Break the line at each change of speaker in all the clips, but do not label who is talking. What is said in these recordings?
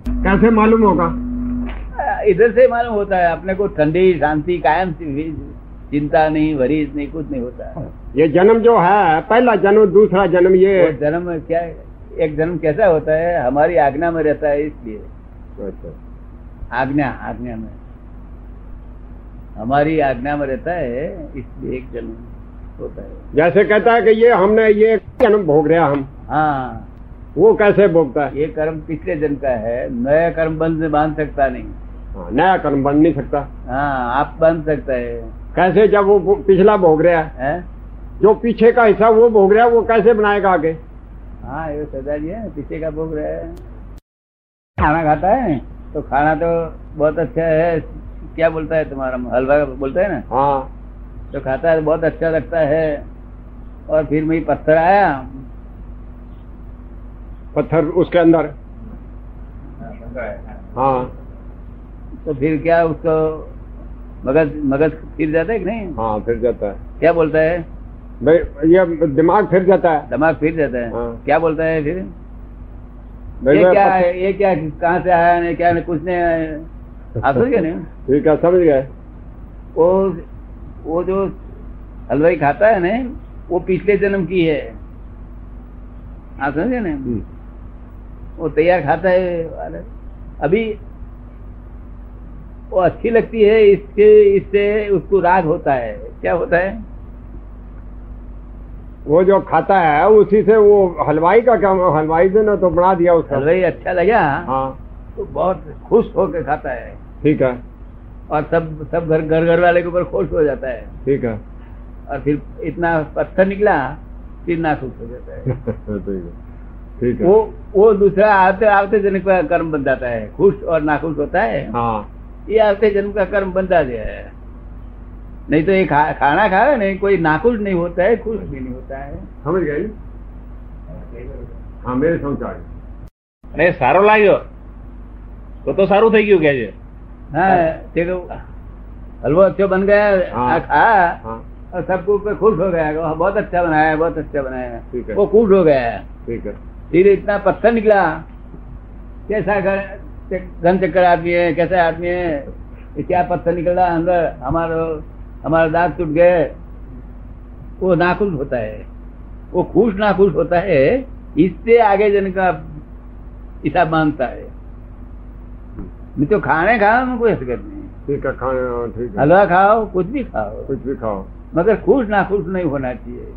कैसे मालूम होगा
आ, हाँ, इधर से मालूम होता है अपने को ठंडी शांति कायम सी हुई, चिंता नहीं वरीज नहीं कुछ नहीं होता है
ये जन्म जो है पहला जन्म दूसरा जन्म ये
वो जन्म क्या है? एक जन्म कैसा होता है हमारी आज्ञा में रहता है इसलिए आज्ञा आज्ञा में हमारी आज्ञा में रहता है इसलिए एक जन्म होता है
जैसे कहता है कि ये हमने ये जन्म भोग रहे हम
हाँ
वो कैसे भोगता है
ये कर्म पिछले जन्म का है नया कर्म बंध में बांध सकता नहीं
हाँ, नया कर्म बन नहीं सकता
हाँ आप बांध सकता है
कैसे जब वो भो- पिछला भोग रहा है
हैं?
जो पीछे का हिस्सा वो भोग रहा है वो कैसे बनाएगा आगे
हाँ ये सदा जी है पीछे का भोग रहा है खाना खाता है तो खाना तो बहुत अच्छा है क्या बोलता है तुम्हारा हलवा बोलता है ना
हाँ
तो खाता है तो बहुत अच्छा लगता है और फिर मैं पत्थर आया
पत्थर उसके अंदर हाँ
तो फिर क्या उसको मगज मगज फिर जाता है कि नहीं
हाँ फिर जाता है
क्या बोलता है
भाई ये दिमाग फिर जाता है
दिमाग फिर जाता है
हाँ।
क्या बोलता है फिर
भाई
ये
मैं
क्या
पत्थर-
है ये क्या है? कहाँ से आया नहीं क्या नहीं कुछ नहीं आया है? आप समझ गए ना
ठीक है समझ गए
वो वो जो हलवाई खाता है ना वो पिछले जन्म की है आप समझ गए ना
हम्म,
वो तैयार खाता है अरे, अभी वो अच्छी लगती है इसके इससे उसको राग होता है क्या होता है
वो जो खाता है उसी से वो हलवाई का काम हलवाई से ना तो बना दिया उसका
हलवाई अच्छा लगा
हाँ
तो बहुत खुश होकर खाता है
ठीक है
और सब सब घर घर घर वाले के ऊपर खुश हो जाता है
ठीक है
और फिर इतना पत्थर निकला फिर ना खुश हो जाता है
ठीक है ठीक है
वो वो दूसरा आते आते जन्म का कर्म बन जाता है खुश और नाखुश होता है
हाँ
ये आते जन्म का कर्म बनता गया है नहीं तो ये खा, खाना खाया नहीं कोई नाखुश नहीं होता है खुश भी नहीं होता है
સમજ ગઈ હા મેં સમજાવ્યું
અને સારો લાગ્યો તો
तो
તો સારું થઈ ગયું કે છે
हाँ देखो हलवा अच्छा बन गया
हाँ।
आ- खाया
હા
और सबको पे खुश हो गया वाह, बहुत अच्छा बनाया है, बहुत अच्छा बनाया है।
ठीक है।
वो खुश हो गया है।
ઠીક છે
फिर इतना पत्थर निकला कैसा घर- घन चक्कर आदमी है कैसा आदमी है ये क्या पत्थर निकला अंदर हमारा हमारा दांत टूट गए वो नाखुश होता है वो खुश नाखुश होता है इससे आगे जन का हिसाब मानता है नहीं तो खाने खाओ में कोई हरकत नहीं
ઠીક છે ખાણે ઠીક છે
हलवा खाओ कुछ भी खाओ
કુછ ભી ખાઓ
मगर खुश नाखुश नहीं होना चाहिए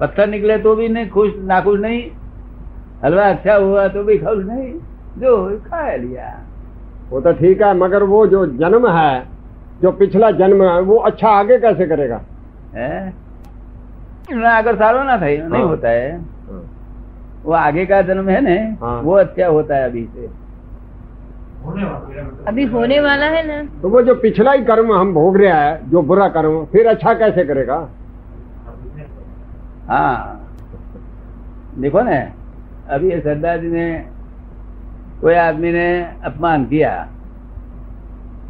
पत्थर निकले तो भी नहीं खुश नाखुश नहीं हलवा अच्छा हुआ तो भी खुश नहीं जो हो, खा लिया
वो तो ठीक है मगर वो जो जन्म है जो पिछला जन्म है वो अच्छा आगे कैसे करेगा
है ना अगर सारो ना था नहीं
हाँ।
होता है वो आगे का जन्म है ना
हाँ।
वो अच्छा होता है अभी से
अभी होने वाला है ना
तो वो जो पिछला ही कर्म हम भोग रहे हैं जो बुरा कर्म फिर अच्छा कैसे करेगा
हाँ देखो ना अभी ये सरदार जी ने कोई आदमी ने अपमान किया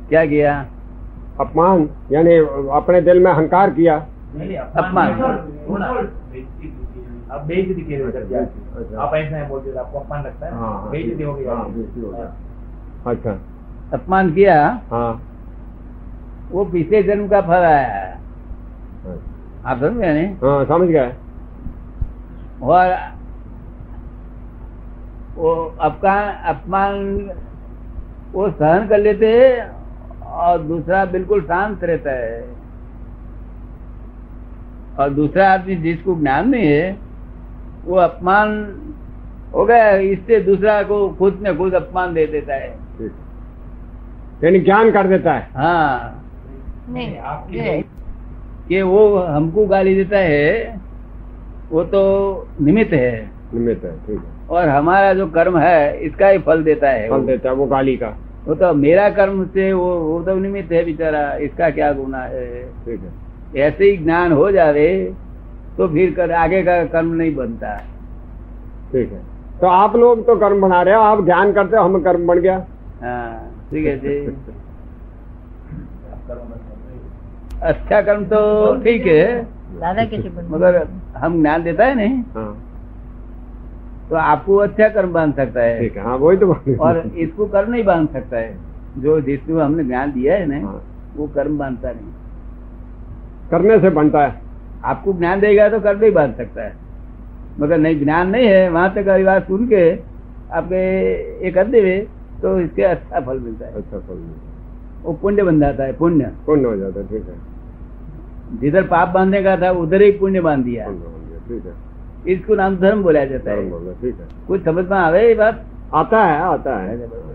क्या किया
अपमान यानी अपने दिल में अहंकार किया
अपमान।
आप बेइज्जती के लिए करते हैं। आप ऐसा है बोलते हैं, आपको अपमान लगता है
हाँ, हाँ,
बेइज्जती हो गई
हाँ,
आपकी।
बेइज्जती हो गई।
हाँ।
अच्छा
अपमान किया
हाँ
वो पिछले जन्म का फल आया है आप समझ गए नहीं
हाँ समझ गए
और वो अपका अपमान वो सहन कर लेते हैं और दूसरा बिल्कुल शांत रहता है और दूसरा आदमी जिसको ज्ञान नहीं है वो अपमान हो गया इससे दूसरा को खुद में खुद अपमान दे देता है
ठीक यानी ज्ञान कर देता है
हाँ
नहीं
आपकी
ये-
कि वो हमको गाली देता है वो तो निमित्त है
निमित्त है ठीक है
और हमारा जो कर्म है इसका ही फल देता है
फल देता है वो गाली का
वो तो मेरा कर्म से वो वो तो निमित्त है बेचारा इसका क्या गुना है
ठीक है
ऐसे ही ज्ञान हो जावे तो फिर कर, आगे का कर्म नहीं बनता
ठीक है तो आप लोग तो कर्म बना रहे हो आप ज्ञान करते हो हम कर्म बन गया
हाँ ठीक है जी अच्छा कर्म तो ठीक है
दादा कैसे बन
मगर हम ज्ञान देता है नहीं
हाँ
तो आपको अच्छा कर्म बांध सकता है
ठीक है हाँ वही तो बात है।
और इसको कर्म नहीं बांध सकता है जो जिसको हमने ज्ञान दिया है ना
हाँ।
वो कर्म बांधता नहीं
करने से बनता है
आपको ज्ञान देगा तो कर्म नहीं बांध सकता है मगर नहीं ज्ञान नहीं है वहां तक हरी बात सुन के आपके ये कर देवे तो इसके अच्छा फल मिलता है
अच्छा पुण्य
वो पुण्य बन जाता है पुण्य
पुण्य हो जाता है ठीक है
जिधर पाप बांधने का था उधर ही पुण्य बांध दिया
पुण्य हो गया ठीक है
इसको नाम धर्म बोला जाता
धर्म
है
हो गया ठीक है
कुछ समझ में आवे ये बात
आता है आता है